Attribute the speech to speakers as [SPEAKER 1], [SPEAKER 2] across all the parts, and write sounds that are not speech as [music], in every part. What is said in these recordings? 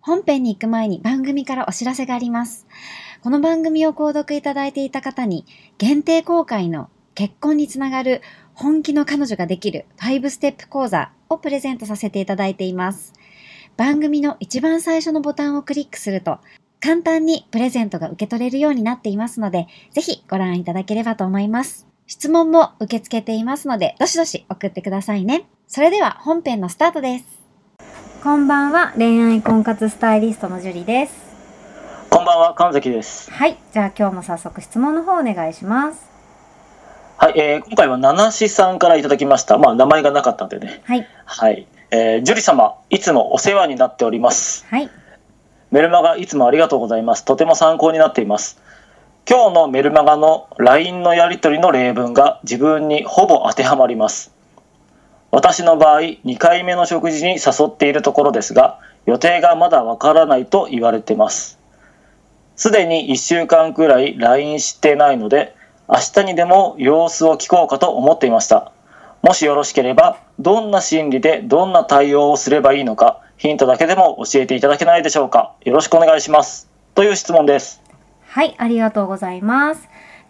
[SPEAKER 1] 本編に行く前に番組からお知らせがありますこの番組を購読いただいていた方に、限定公開の結婚につながる本気の彼女ができる5ステップ講座をプレゼントさせていただいています。番組の一番最初のボタンをクリックすると、簡単にプレゼントが受け取れるようになっていますので、ぜひご覧いただければと思います。質問も受け付けていますので、どしどし送ってくださいね。それでは本編のスタートです。こんばんは、恋愛婚活スタイリストのジュリです。
[SPEAKER 2] こんばんは、神崎です。
[SPEAKER 1] はい、じゃあ今日も早速質問の方お願いします。
[SPEAKER 2] はい、えー今回は七志さんからいただきました。まあ、名前がなかったんでね。
[SPEAKER 1] はい、
[SPEAKER 2] はい。えー、樹里様、いつもお世話になっております。
[SPEAKER 1] はい、
[SPEAKER 2] メルマガいつもありがとうございます。とても参考になっています。今日のメルマガの LINE のやり取りの例文が自分にほぼ当てはまります。私の場合、2回目の食事に誘っているところですが、予定がまだわからないと言われてます。すでに1週間くらい LINE してないので、明日にでも様子を聞こうかと思っていました。もしよろしければ、どんな心理でどんな対応をすればいいのか、ヒントだけでも教えていただけないでしょうか。よろしくお願いします。という質問です。
[SPEAKER 1] はい、ありがとうございます。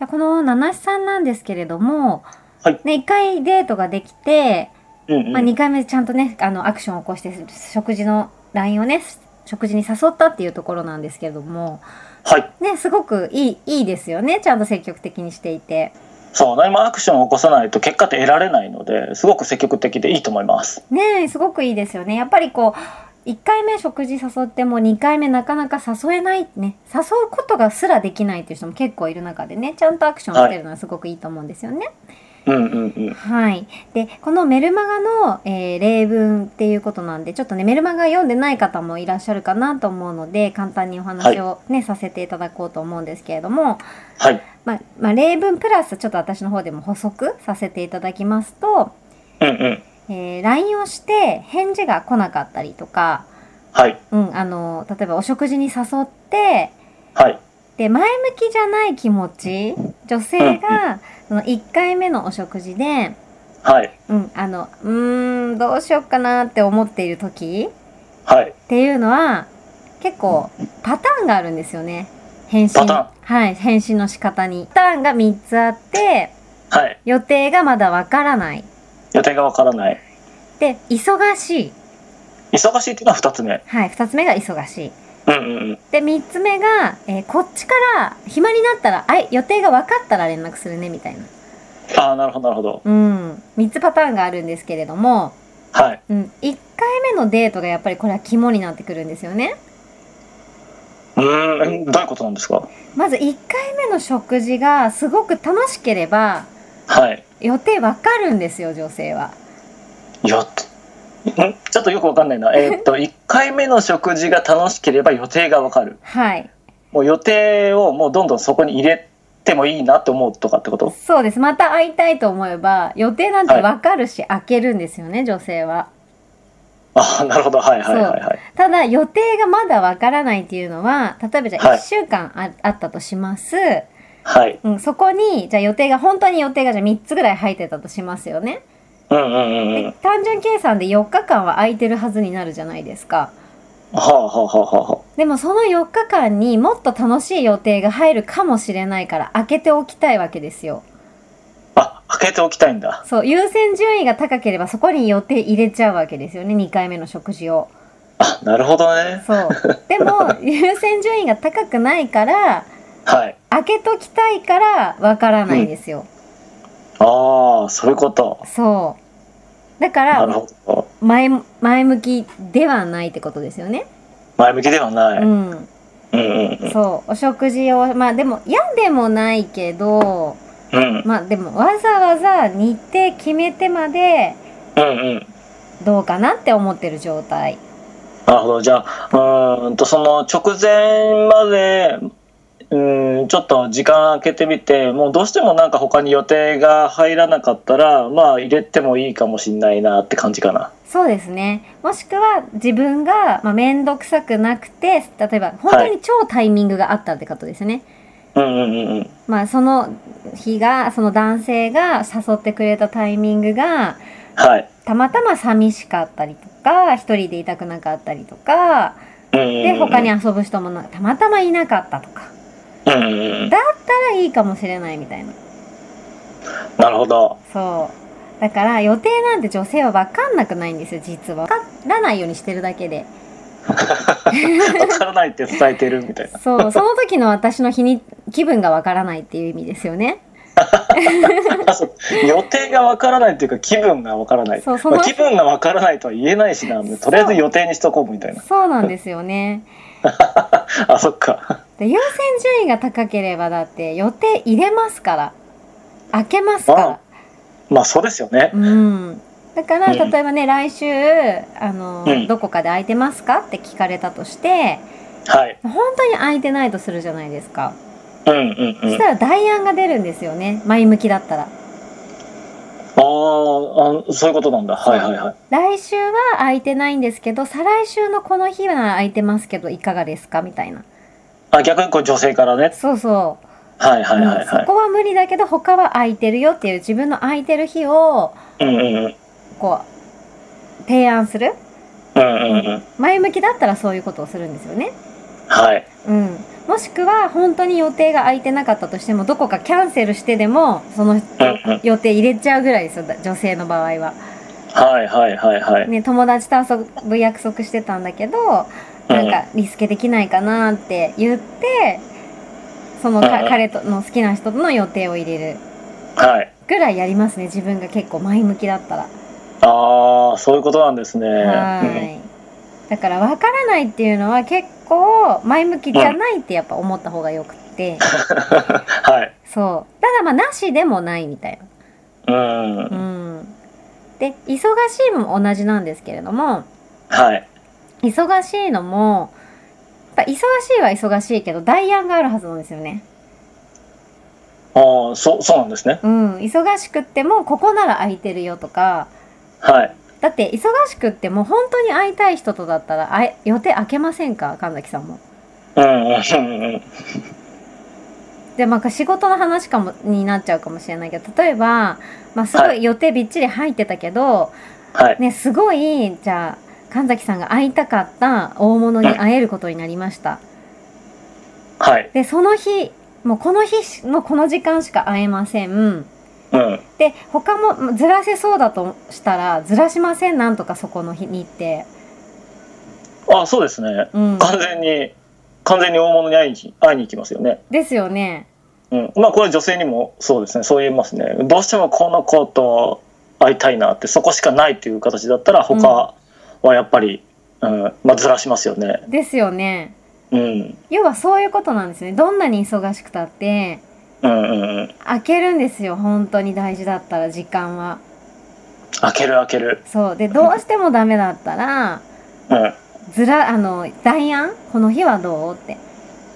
[SPEAKER 1] この七七さんなんですけれども、
[SPEAKER 2] はい
[SPEAKER 1] ね、1回デートができて、
[SPEAKER 2] うんうん。
[SPEAKER 1] まあ、2回目ちゃんとね、あの、アクションを起こして、食事の LINE をね、食事に誘ったっていうところなんですけれども、
[SPEAKER 2] はい。
[SPEAKER 1] ね、すごくいい、いいですよね。ちゃんと積極的にしていて。
[SPEAKER 2] そう、何もアクションを起こさないと結果って得られないので、すごく積極的でいいと思います。
[SPEAKER 1] ねえ、すごくいいですよね。やっぱりこう、1回目食事誘っても2回目なかなか誘えないね。誘うことがすらできないっていう人も結構いる中でね、ちゃんとアクションしてるのはすごくいいと思うんですよね。
[SPEAKER 2] うんうんうん。
[SPEAKER 1] はい。で、このメルマガの、えー例文っていうことなんで、ちょっとね、メルマガ読んでない方もいらっしゃるかなと思うので、簡単にお話をね、させていただこうと思うんですけれども、
[SPEAKER 2] はい。
[SPEAKER 1] まあ、まあ、例文プラスちょっと私の方でも補足させていただきますと、
[SPEAKER 2] うんうん。
[SPEAKER 1] えー LINE をして返事が来なかったりとか、
[SPEAKER 2] はい。
[SPEAKER 1] うん、あの、例えばお食事に誘って、
[SPEAKER 2] はい。
[SPEAKER 1] で、前向きじゃない気持ち、女性が、その1回目のお食事で、
[SPEAKER 2] はい。
[SPEAKER 1] うん、あの、うーん、どうしようかなって思っている時
[SPEAKER 2] はい。
[SPEAKER 1] っていうのは、結構パターンがあるんですよね。返信。
[SPEAKER 2] パターン
[SPEAKER 1] はい、返信の仕方に。パターンが3つあって、
[SPEAKER 2] はい。
[SPEAKER 1] 予定がまだわからない。
[SPEAKER 2] 予定がわからない。
[SPEAKER 1] で、忙しい。
[SPEAKER 2] 忙しいっていうのは二つ目。
[SPEAKER 1] はい、2つ目が忙しい。
[SPEAKER 2] うんうんうん。
[SPEAKER 1] で、3つ目が、えーこっちから、暇になったら、あい、予定が分かったら連絡するね、みたいな。
[SPEAKER 2] ああ、なるほど、なるほど。
[SPEAKER 1] うん。3つパターンがあるんですけれども、
[SPEAKER 2] はい。
[SPEAKER 1] うん。1回目のデートがやっぱりこれは肝になってくるんですよね。
[SPEAKER 2] うーん、どういうことなんですか
[SPEAKER 1] まず1回目の食事がすごく楽しければ、
[SPEAKER 2] はい。
[SPEAKER 1] 予定分かるんですよ、女性は。
[SPEAKER 2] よんちょっとよくわかんない [laughs] な。えーっと、1回目の食事が楽しければ予定がわかる。
[SPEAKER 1] はい。
[SPEAKER 2] もう予定をもうどんどんそこに入れてもいいなって思うとかってこと
[SPEAKER 1] そうです。また会いたいと思えば、予定なんて分かるし、開けるんですよね、女性は。
[SPEAKER 2] ああ、なるほど。はいはいはいはい。
[SPEAKER 1] ただ、予定がまだ分からないっていうのは、例えばじゃあ
[SPEAKER 2] は
[SPEAKER 1] 1
[SPEAKER 2] い
[SPEAKER 1] 週間あ,、あったとします。
[SPEAKER 2] はい。
[SPEAKER 1] うん、そこに、じゃあ予定が、本当に予定がじゃあ3つぐらい入ってたとしますよね。
[SPEAKER 2] うんうんうんうん。
[SPEAKER 1] で
[SPEAKER 2] は
[SPEAKER 1] 単純計算で4日間は空いてるはずになるじゃないですか。
[SPEAKER 2] あはあはあはあは
[SPEAKER 1] でもその4日間にもっと楽しい予定が入るかもしれないから開けておきたいわけですよ。
[SPEAKER 2] あ。あ、開けておきたいんだ。
[SPEAKER 1] そう、優先順位が高ければそこに予定入れちゃうわけですよね、2回目の食事を。
[SPEAKER 2] あ、なるほどね。
[SPEAKER 1] そう。で
[SPEAKER 2] [laughs]
[SPEAKER 1] も優先順位が高くないから、
[SPEAKER 2] はい。
[SPEAKER 1] 開けときたいからわからないんですよ。
[SPEAKER 2] ああ、そういうこと。
[SPEAKER 1] そだか
[SPEAKER 2] なる
[SPEAKER 1] ら
[SPEAKER 2] ほど
[SPEAKER 1] 前前向きではないってことですよね。
[SPEAKER 2] 前向きではない、
[SPEAKER 1] うん、
[SPEAKER 2] うんうん
[SPEAKER 1] そうお食事をまあでも嫌でもないけど
[SPEAKER 2] うんうん
[SPEAKER 1] まあでもわざわざ日程決めてまで
[SPEAKER 2] うんうん
[SPEAKER 1] どうかなって思ってる状態。
[SPEAKER 2] なるほどじゃあうーんとその直前までうーんちょっと時間空けてみてもうどうしてもなんか他に予定が入らなかったらまあ入れてもいいかもしんないなって感じかな
[SPEAKER 1] そうですね。もしくは自分が、まあ、めんどくさくなくて、例えば本当に超タイミングがあったってことですね。
[SPEAKER 2] うんうんうんうん
[SPEAKER 1] まあその日が、その男性が誘ってくれたタイミングが、
[SPEAKER 2] はい
[SPEAKER 1] たまたま寂しかったりとか、一人でいたくなかったりとか、
[SPEAKER 2] うんうんうん
[SPEAKER 1] で、他に遊ぶ人もなたまたまいなかったとか、
[SPEAKER 2] うんうんうん
[SPEAKER 1] たらいいかもしれないみたいな。
[SPEAKER 2] なるほど
[SPEAKER 1] そう。だから予定なんて女性は分かんなくないんですよ、実は。分からないようにしてるだけで。
[SPEAKER 2] 分からないって伝えてるみ
[SPEAKER 1] [laughs]
[SPEAKER 2] たいな
[SPEAKER 1] そう、
[SPEAKER 2] [laughs]
[SPEAKER 1] その時の私の日に気分がわからないっていう意味ですよね。
[SPEAKER 2] あそう予定がわからないというか気分がわからない
[SPEAKER 1] そうその
[SPEAKER 2] まあ気分がわからないとは言えないしなんでとりあえず予定にしとこうみたいな
[SPEAKER 1] そうなんですよね。
[SPEAKER 2] あそっか
[SPEAKER 1] で優先順位が高ければだって予定入れますから。開けますか
[SPEAKER 2] まあそうですよね
[SPEAKER 1] ら。うん。だから、
[SPEAKER 2] うん
[SPEAKER 1] 例えばね、来週、あの、
[SPEAKER 2] うん
[SPEAKER 1] どこかで空いてますかって聞かれたとして、
[SPEAKER 2] はい
[SPEAKER 1] 本当に空いてないとするじゃないですか。
[SPEAKER 2] うんうん
[SPEAKER 1] そ
[SPEAKER 2] うん
[SPEAKER 1] したら、代案が出るんですよね。前向きだったら。
[SPEAKER 2] あーあそういうことなんだはいはいはい
[SPEAKER 1] 来週は空いてないんですけど、再来週のこの日は空いてますけど、いかがですかみたいな。
[SPEAKER 2] あ逆にこれ女性からね
[SPEAKER 1] そうそう。
[SPEAKER 2] はいはいはい
[SPEAKER 1] そ
[SPEAKER 2] はい
[SPEAKER 1] こは無理だけど他は空いてるよっていう自分の空いてる日を
[SPEAKER 2] うんうんうん
[SPEAKER 1] こう提案する
[SPEAKER 2] うんうんうん
[SPEAKER 1] 前向きだったらそういうことをするんですよね、
[SPEAKER 2] はい
[SPEAKER 1] うん、もしくは本当に予定が空いてなかったとしてもどこかキャンセルしてでもその
[SPEAKER 2] うんうん
[SPEAKER 1] 予定入れちゃうぐらいですよだ女性の場合は、
[SPEAKER 2] はいはいはいはい
[SPEAKER 1] ね、友達と遊ぶ約束してたんだけどなんかリスケできないかなって言ってそのか
[SPEAKER 2] うんうん
[SPEAKER 1] 彼との好きな人との予定を入れる
[SPEAKER 2] うんはい
[SPEAKER 1] ぐらいやりますね自分が結構前向きだったら。
[SPEAKER 2] ああそういうことなんですね
[SPEAKER 1] はい。だから分からないっていうのは結構前向きじゃないってやっぱ思った方がよく
[SPEAKER 2] [laughs]
[SPEAKER 1] て、
[SPEAKER 2] うんはい
[SPEAKER 1] そう。ただまあなしでもないみたい
[SPEAKER 2] うん
[SPEAKER 1] な。うん。で、忙しいも同じなんですけれども、
[SPEAKER 2] はい
[SPEAKER 1] 忙しいのも、やっぱ忙しいは忙しいけど、代案があるはずなんですよね。
[SPEAKER 2] ああそうそうなんですね
[SPEAKER 1] うん。忙しくっても、ここなら空いてるよとか、
[SPEAKER 2] はい
[SPEAKER 1] だって忙しくっても本当に会いたい人とだったら、あい予定空けませんか神崎さんも。
[SPEAKER 2] うんうんうんうん
[SPEAKER 1] でまあ、仕事の話かもになっちゃうかもしれないけど例えば、まあ、すご
[SPEAKER 2] はい
[SPEAKER 1] 予定びっちり入ってたけど、
[SPEAKER 2] はい
[SPEAKER 1] ね、すごいじゃあ神崎さんが会いたかった大物に会えることになりました
[SPEAKER 2] はい
[SPEAKER 1] でその日もうこの日しのこの時間しか会えません
[SPEAKER 2] うん
[SPEAKER 1] で他もまあずらせそうだとしたらずらしませんなんとかそこの日に行って、
[SPEAKER 2] あそうですね
[SPEAKER 1] うん、
[SPEAKER 2] 完全に完全に大物に会いに行き会いに行きますよね
[SPEAKER 1] ですよね
[SPEAKER 2] うんまあこれは女性にもそうですねそう言えますねどうしてもこの子と会いたいなってそこしかないっていう形だったら他はやっぱり、うんまあずらしますよね
[SPEAKER 1] ですよね
[SPEAKER 2] うん
[SPEAKER 1] 要はそういうことなんですねどんなに忙しくたって
[SPEAKER 2] うんうんうん
[SPEAKER 1] 開けるんですよ本当に大事だったら時間は
[SPEAKER 2] 開ける開ける
[SPEAKER 1] そうでどうしてもダメだったら
[SPEAKER 2] うんはい
[SPEAKER 1] ずらあの代案この日はどうって、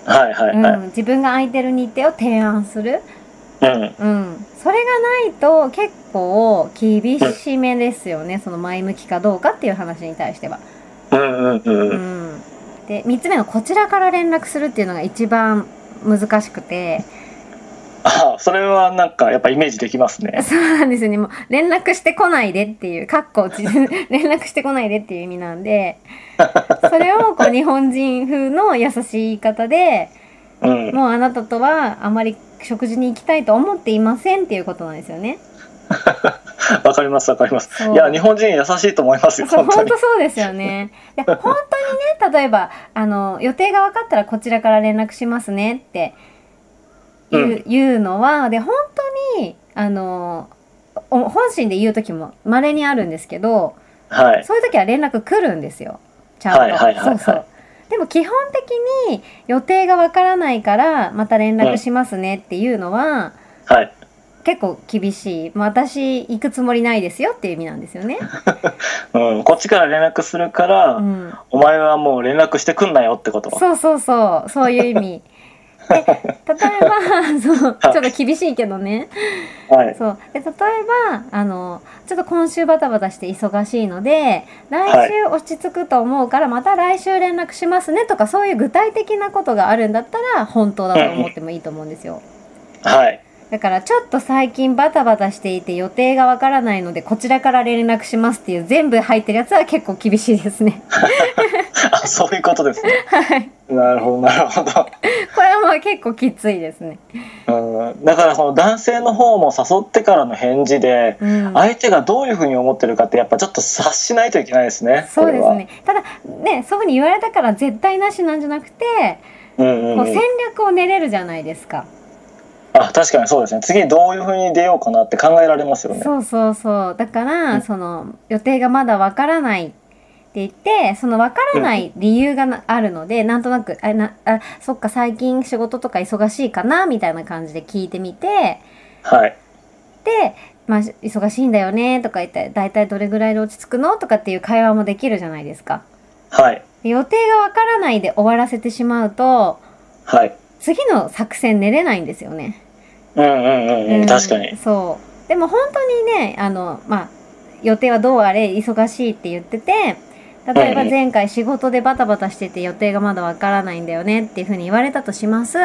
[SPEAKER 2] はいは
[SPEAKER 1] うん、
[SPEAKER 2] い
[SPEAKER 1] 自分が空いてる日程を提案する、
[SPEAKER 2] うん、
[SPEAKER 1] うん、それがないと結構厳しめですよねその前向きかどうかっていう話に対しては、
[SPEAKER 2] うんうんう
[SPEAKER 1] うんん、で3つ目のこちらから連絡するっていうのが一番難しくて
[SPEAKER 2] あそれはなんかやっぱイメージできますね
[SPEAKER 1] そうなんですよねもう連絡してこないでっていうかっこ
[SPEAKER 2] [laughs]
[SPEAKER 1] 自連絡してこないでっていう意味なんでそれをこう日本人風の優しい言い方で
[SPEAKER 2] うん
[SPEAKER 1] もうあなたとはあまり食事に行きたいと思っていませんっていうことなんですよね。
[SPEAKER 2] わかりますわかります
[SPEAKER 1] そう
[SPEAKER 2] いや日本人優しいと思いますよ
[SPEAKER 1] そう
[SPEAKER 2] 本当
[SPEAKER 1] 本
[SPEAKER 2] に
[SPEAKER 1] 当そうですよね。いや本当にね例えばあの予定が分かったらこちらから連絡しますねって言う,、
[SPEAKER 2] うん
[SPEAKER 1] 言うのはで本当にあのお本心で言う時も稀にあるんですけど、
[SPEAKER 2] はい。
[SPEAKER 1] そういう時は連絡来るんですよ。ちゃんと。
[SPEAKER 2] はいはいはいはい
[SPEAKER 1] そうそう。でも基本的に予定がわからないからまた連絡しますねっていうのは
[SPEAKER 2] はい。
[SPEAKER 1] 結構厳しい。まあ私行くつもりないですよっていう意味なんですよ
[SPEAKER 2] [laughs]
[SPEAKER 1] ね。
[SPEAKER 2] うん。こっちから連絡するから、
[SPEAKER 1] うん。
[SPEAKER 2] お前はもう連絡してくんなよってこと。
[SPEAKER 1] そうそうそう、そういう意味。で、例え
[SPEAKER 2] [laughs]
[SPEAKER 1] ば、そう、ちょっと厳しいけどね。
[SPEAKER 2] はい。
[SPEAKER 1] そう。で、例えば、あの、ちょっと今週バタバタして忙しいので、来週落ち着くと思うから、また来週連絡しますねとか、そういう具体的なことがあるんだったら、本当だと思ってもいいと思うんですよ。
[SPEAKER 2] はい。
[SPEAKER 1] だから、ちょっと最近バタバタしていて予定がわからないので、こちらから連絡しますっていう全部入ってるやつは結構厳しいですね。 [laughs]
[SPEAKER 2] あ、 [laughs] そういうことですね。
[SPEAKER 1] はい。
[SPEAKER 2] なるほど、なるほど。
[SPEAKER 1] これはもう結構きついですね。
[SPEAKER 2] うん、だからその男性の方も誘ってからの返事で
[SPEAKER 1] うん。
[SPEAKER 2] 相手がどういうふうに思ってるかってやっぱちょっと察しないといけないですね。
[SPEAKER 1] そうです
[SPEAKER 2] これは。
[SPEAKER 1] ね。ただね、そういうふうに言われたから絶対なしなんじゃなくて、
[SPEAKER 2] うんうん
[SPEAKER 1] こ
[SPEAKER 2] う
[SPEAKER 1] うん戦略を練れるじゃないですか。
[SPEAKER 2] あ確かにそうですね次どういうふうに出ようかなって考えられますよね。
[SPEAKER 1] そうそうそう。だから、
[SPEAKER 2] うん
[SPEAKER 1] その予定がまだわからないって言って、そのわからない理由がなあるので、なんとなく、あなあ、そっか最近仕事とか忙しいかなみたいな感じで聞いてみて、
[SPEAKER 2] はい、
[SPEAKER 1] で。まあ、忙しいんだよねとか言って、だいたいどれぐらいで落ち着くのとかっていう会話もできるじゃないですか。
[SPEAKER 2] はい、
[SPEAKER 1] 予定がわからないで終わらせてしまうと、
[SPEAKER 2] はい。
[SPEAKER 1] 次の作戦練れないんですよね。
[SPEAKER 2] うんうんうんうん、
[SPEAKER 1] うん
[SPEAKER 2] 確かに。
[SPEAKER 1] そう。でも本当にね、あの、まあ、予定はどうあれ忙しいって言ってて、例えば
[SPEAKER 2] うんうん
[SPEAKER 1] 前回仕事でバタバタしてて予定がまだわからないんだよねっていうふうに言われたとします。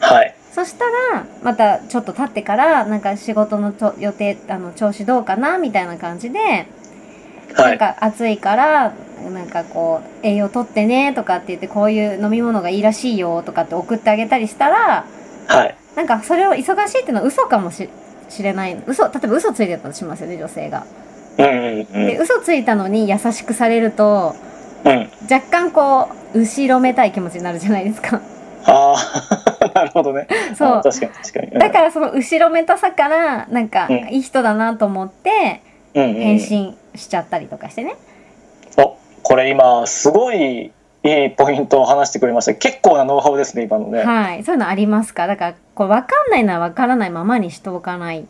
[SPEAKER 2] はい、
[SPEAKER 1] そしたら、またちょっと経ってから、なんか仕事のちょ予定、あの、調子どうかなみたいな感じで、
[SPEAKER 2] は
[SPEAKER 1] なん
[SPEAKER 2] い、
[SPEAKER 1] か暑いから、なんかこう、栄養とってねとかって言って、こういう飲み物がいいらしいよとかって送ってあげたりしたら、
[SPEAKER 2] はい、
[SPEAKER 1] なんかそれを忙しいっていうのは嘘かもし知れない嘘例えば嘘ついてたとしますよね女性が。
[SPEAKER 2] うんうんう
[SPEAKER 1] で
[SPEAKER 2] ん
[SPEAKER 1] 嘘ついたのに優しくされると
[SPEAKER 2] うん。
[SPEAKER 1] 若干こう後ろめたい気持ちになるじゃないです
[SPEAKER 2] [laughs]
[SPEAKER 1] か。
[SPEAKER 2] ああ [laughs] なるほどね。
[SPEAKER 1] そう
[SPEAKER 2] あ確かに確かに。うん
[SPEAKER 1] だからその後ろめたさからなんか
[SPEAKER 2] うん
[SPEAKER 1] いい人だなと思って
[SPEAKER 2] うんうん
[SPEAKER 1] 返信しちゃったりとかしてね。
[SPEAKER 2] おこれ今すごいいいポイントを話してくれました。結構なノウハウですね今のね。
[SPEAKER 1] はいそういうのありますかだからこう分かんないなら分からないままにしておかない。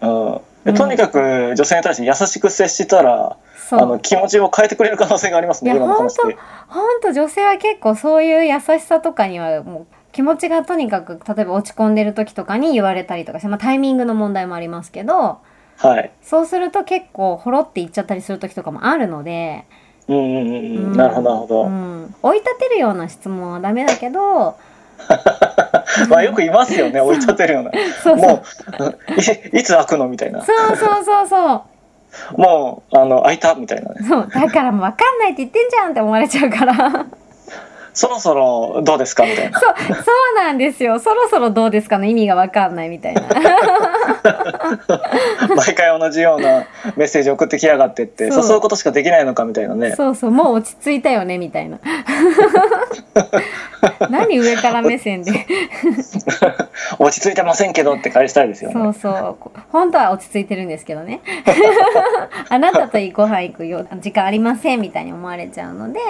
[SPEAKER 2] うん
[SPEAKER 1] うん
[SPEAKER 2] で、とにかく女性に対して優しく接したら、
[SPEAKER 1] そ
[SPEAKER 2] あの
[SPEAKER 1] う
[SPEAKER 2] 気持ちを変えてくれる可能性がありますね
[SPEAKER 1] いや
[SPEAKER 2] 今の話で。
[SPEAKER 1] ほんと女性は結構そういう優しさとかにはもう気持ちがとにかく例えば落ち込んでる時とかに言われたりとかして、まあ、タイミングの問題もありますけど
[SPEAKER 2] はい。
[SPEAKER 1] そうすると結構ほろっていっちゃったりする時とかもあるので、
[SPEAKER 2] うんうんうんうん、
[SPEAKER 1] うん
[SPEAKER 2] なるほどなるほど。
[SPEAKER 1] うん、追い立てるような質問はダメだけど
[SPEAKER 2] まあよくいますよね追い立てるような。
[SPEAKER 1] そうそう
[SPEAKER 2] もういいつ開くのみたいな。
[SPEAKER 1] そうそうそうそう
[SPEAKER 2] もうあの開いたみたいなね。
[SPEAKER 1] そうだからもう分かんないって言ってんじゃんって思われちゃうからそう
[SPEAKER 2] そろそろどうですかみたい
[SPEAKER 1] [laughs]
[SPEAKER 2] な。
[SPEAKER 1] そうなんですよそろそろどうですかの意味が分かんないみたいな
[SPEAKER 2] 毎回同じようなメッセージ送ってきやがってって、
[SPEAKER 1] そう
[SPEAKER 2] 誘うことしかできないのかみたいなね。
[SPEAKER 1] そうそうもう落ち着いたよねみたい
[SPEAKER 2] [laughs]
[SPEAKER 1] な何上から目線で
[SPEAKER 2] 落ち着いてませんけどって返したいですよ
[SPEAKER 1] そ
[SPEAKER 2] ね。
[SPEAKER 1] うそうこ本当は落ち着いてるんですけど
[SPEAKER 2] [laughs]
[SPEAKER 1] ねあなたといいご飯行くよ時間ありませんみたいに思われちゃうので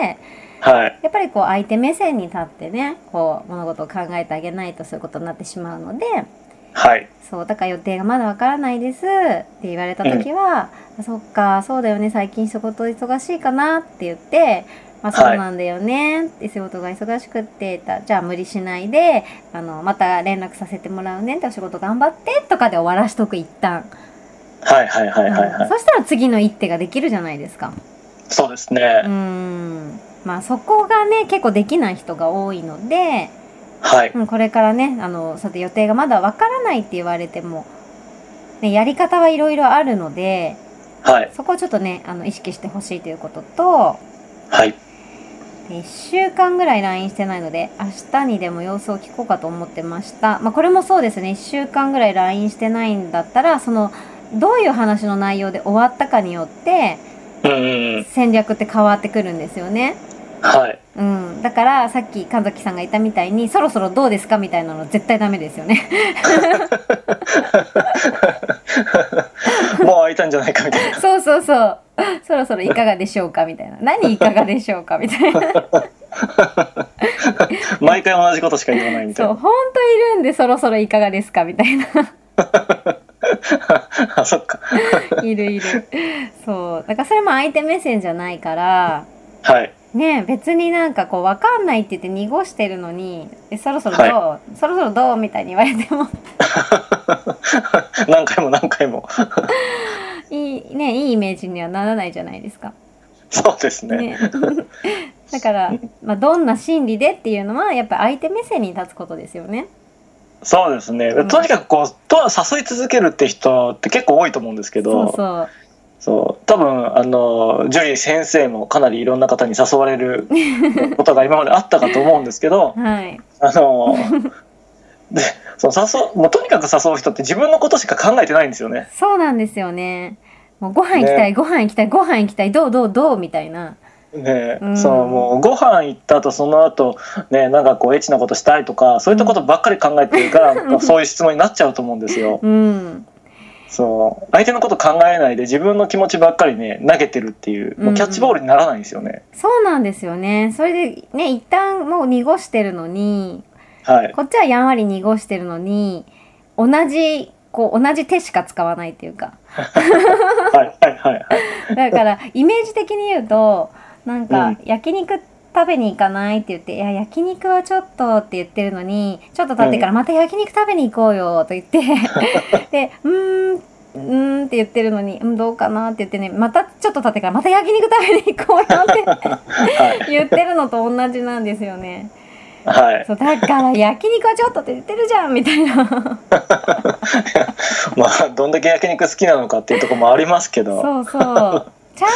[SPEAKER 2] はい。
[SPEAKER 1] やっぱりこう相手目線に立ってねこう物事を考えてあげないとそういうことになってしまうので
[SPEAKER 2] はい。
[SPEAKER 1] そうだから予定がまだわからないですって言われた時は、あそっかそうだよね最近仕事忙しいかなって言って、まあ、
[SPEAKER 2] はい
[SPEAKER 1] そうなんだよねって仕事が忙しくってたじゃあ無理しないであのまた連絡させてもらうねってお仕事頑張ってとかで終わらしとく一旦、
[SPEAKER 2] はいはいはいはいは
[SPEAKER 1] うん
[SPEAKER 2] い。
[SPEAKER 1] そしたら次の一手ができるじゃないですか
[SPEAKER 2] そうです
[SPEAKER 1] う
[SPEAKER 2] ね。
[SPEAKER 1] んまあそこがね結構できない人が多いので、
[SPEAKER 2] はい。
[SPEAKER 1] うん、これからねあのさて予定がまだわからないって言われても、ね、やり方はいろいろあるので
[SPEAKER 2] はい。
[SPEAKER 1] そこをちょっとねあの意識してほしいということと
[SPEAKER 2] はい。
[SPEAKER 1] 1週間ぐらい LINE してないので明日にでも様子を聞こうかと思ってました、まあ、これもそうですね1週間ぐらい LINE してないんだったらそのどういう話の内容で終わったかによって
[SPEAKER 2] うんうんうん。
[SPEAKER 1] 戦略って変わってくるんですよね。
[SPEAKER 2] はい。
[SPEAKER 1] うん、だからさっき神崎さんが言ったみたいにそろそろどうですかみたいなの絶対ダメですよね。
[SPEAKER 2] もいたんじゃないかみたいな。
[SPEAKER 1] そうそうそう。 [laughs] そろそろいかがでしょうかみたいな。何いかがでしょうかみた
[SPEAKER 2] [laughs]
[SPEAKER 1] いな。 [laughs]
[SPEAKER 2] 毎回同じことしか言わないみたい
[SPEAKER 1] そう、
[SPEAKER 2] な。
[SPEAKER 1] 本当いるんでそろそろいかがですかみたいな。
[SPEAKER 2] [laughs] あ、そっか。
[SPEAKER 1] いるいる。そう。だからそれも相手目線じゃないから、
[SPEAKER 2] はい。 [laughs]
[SPEAKER 1] ねえ別になんかこう、わかんないって言って濁してるのに、え、そろそろどう、そろそろどうみたいに言われても、 [laughs]
[SPEAKER 2] 何回も何回も。
[SPEAKER 1] いい、ねいいイメージにはならないじゃないですか。
[SPEAKER 2] そうですね。
[SPEAKER 1] ね [laughs] だから、まあ、どんな心理でっていうのはやっぱ相手目線に立つことですよね。
[SPEAKER 2] そうですね。
[SPEAKER 1] うん
[SPEAKER 2] とにかくこう、と誘い続けるって人って結構多いと思うんですけ
[SPEAKER 1] そ
[SPEAKER 2] ど、
[SPEAKER 1] うそう
[SPEAKER 2] そう多分あのジュリー先生もかなりいろんな方に誘われることが今まであったかと思うんですけど、
[SPEAKER 1] はい
[SPEAKER 2] あのでその誘うもうとにかく誘う人って自分のことしか考えてないんですよね。
[SPEAKER 1] そうなんですよね。もうご飯行きたい、
[SPEAKER 2] ね
[SPEAKER 1] ご飯行きたいご飯行きたいどうどうどうみたいな。
[SPEAKER 2] ね
[SPEAKER 1] うん
[SPEAKER 2] そのもうご飯行った後その後ねなんかこうエッチなことしたいとかそういったことばっかり考えてるから、
[SPEAKER 1] [laughs]
[SPEAKER 2] まあそういう質問になっちゃうと思うんですよ。
[SPEAKER 1] うん
[SPEAKER 2] そう相手のこと考えないで自分の気持ちばっかりね投げてるっていうもうキャッチボールにならないんですよね。
[SPEAKER 1] そうなんですよね。それでね一旦もう濁してるのに [laughs]
[SPEAKER 2] はい。
[SPEAKER 1] こっちはやんわり濁してるのに同じこう同じ手しか使わないっていうか。
[SPEAKER 2] はいはいはいはい。
[SPEAKER 1] だからイメージ的に言うとなん
[SPEAKER 2] う
[SPEAKER 1] か
[SPEAKER 2] ん
[SPEAKER 1] 焼肉食べに行かないって言って「いや焼肉はちょっと」って言ってるのにちょっと経ってから「また焼肉食べに行こうよ」と言って
[SPEAKER 2] [laughs]
[SPEAKER 1] で「うーん」うーんって言ってるのに、うん、どうかなって言ってね、またちょっと経ってから、また焼肉食べに行こうよって言ってるのと同じなんですよね。
[SPEAKER 2] はい、
[SPEAKER 1] そう、だから焼肉はちょっとって言ってるじゃんみたいな。
[SPEAKER 2] まあどんだけ焼肉好きなのかっていうところもありますけど
[SPEAKER 1] そうそう。ちゃ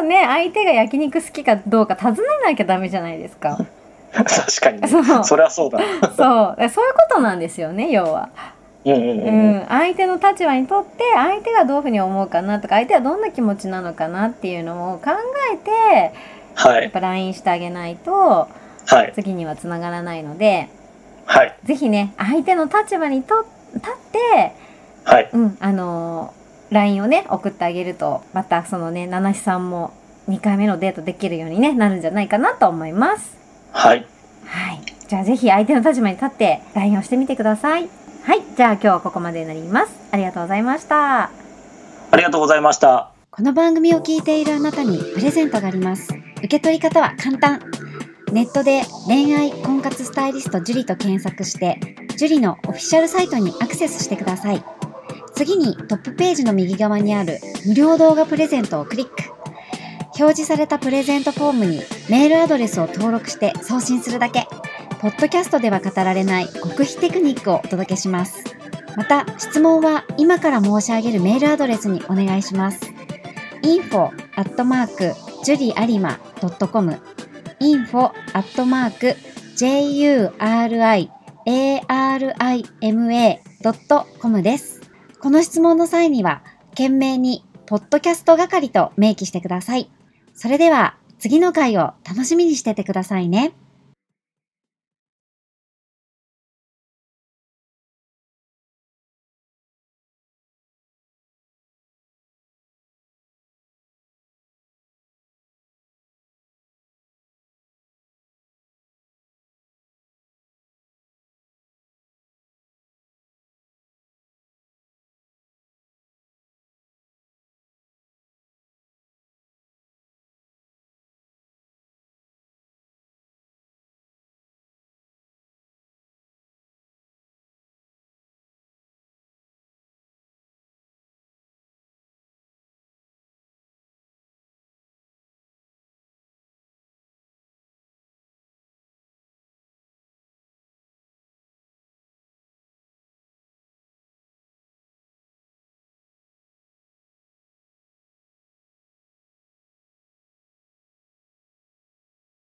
[SPEAKER 1] んとね、相手が焼肉好きかどうか尋ねなきゃダメじゃないですか。
[SPEAKER 2] [laughs] 確かにね
[SPEAKER 1] そう
[SPEAKER 2] そりゃそうだ [laughs]
[SPEAKER 1] そうえそういうことなんですよね要は、
[SPEAKER 2] うんうん
[SPEAKER 1] う
[SPEAKER 2] うん、うん、
[SPEAKER 1] ん、相手の立場にとって相手がどういうふうに思うかなとか相手はどんな気持ちなのかなっていうのを考えて
[SPEAKER 2] は
[SPEAKER 1] やっ
[SPEAKER 2] い
[SPEAKER 1] ぱ LINE してあげないと
[SPEAKER 2] はい
[SPEAKER 1] 次にはつながらないので
[SPEAKER 2] はい
[SPEAKER 1] 是非ね相手の立場にと立って、
[SPEAKER 2] はい
[SPEAKER 1] うんあのー LINE をね送ってあげるとまたそのね七七さんも2回目のデートできるように、ね、なるんじゃないかなと思います。
[SPEAKER 2] はい
[SPEAKER 1] はい。じゃあぜひ相手の立場に立って LINE をしてみてください。はい。じゃあ今日はここまでになります。ありがとうございました。
[SPEAKER 2] ありがとうございました
[SPEAKER 3] この番組を聞いているあなたにプレゼントがあります。受け取り方は簡単。ネットで恋愛婚活スタイリスト樹里と検索して、樹里のオフィシャルサイトにアクセスしてください。次にトップページの右側にある無料動画プレゼントをクリック。表示されたプレゼントフォームにメールアドレスを登録して送信するだけ。ポッドキャストでは語られない極秘テクニックをお届けします。また、質問は今から申し上げるメールアドレスにお願いします。info アットマーク juriarima.com info アットマーク juriarima.com です。この質問の際には、件名に、ポッドキャスト係と明記してください。それでは、次の回を楽しみにしててくださいね。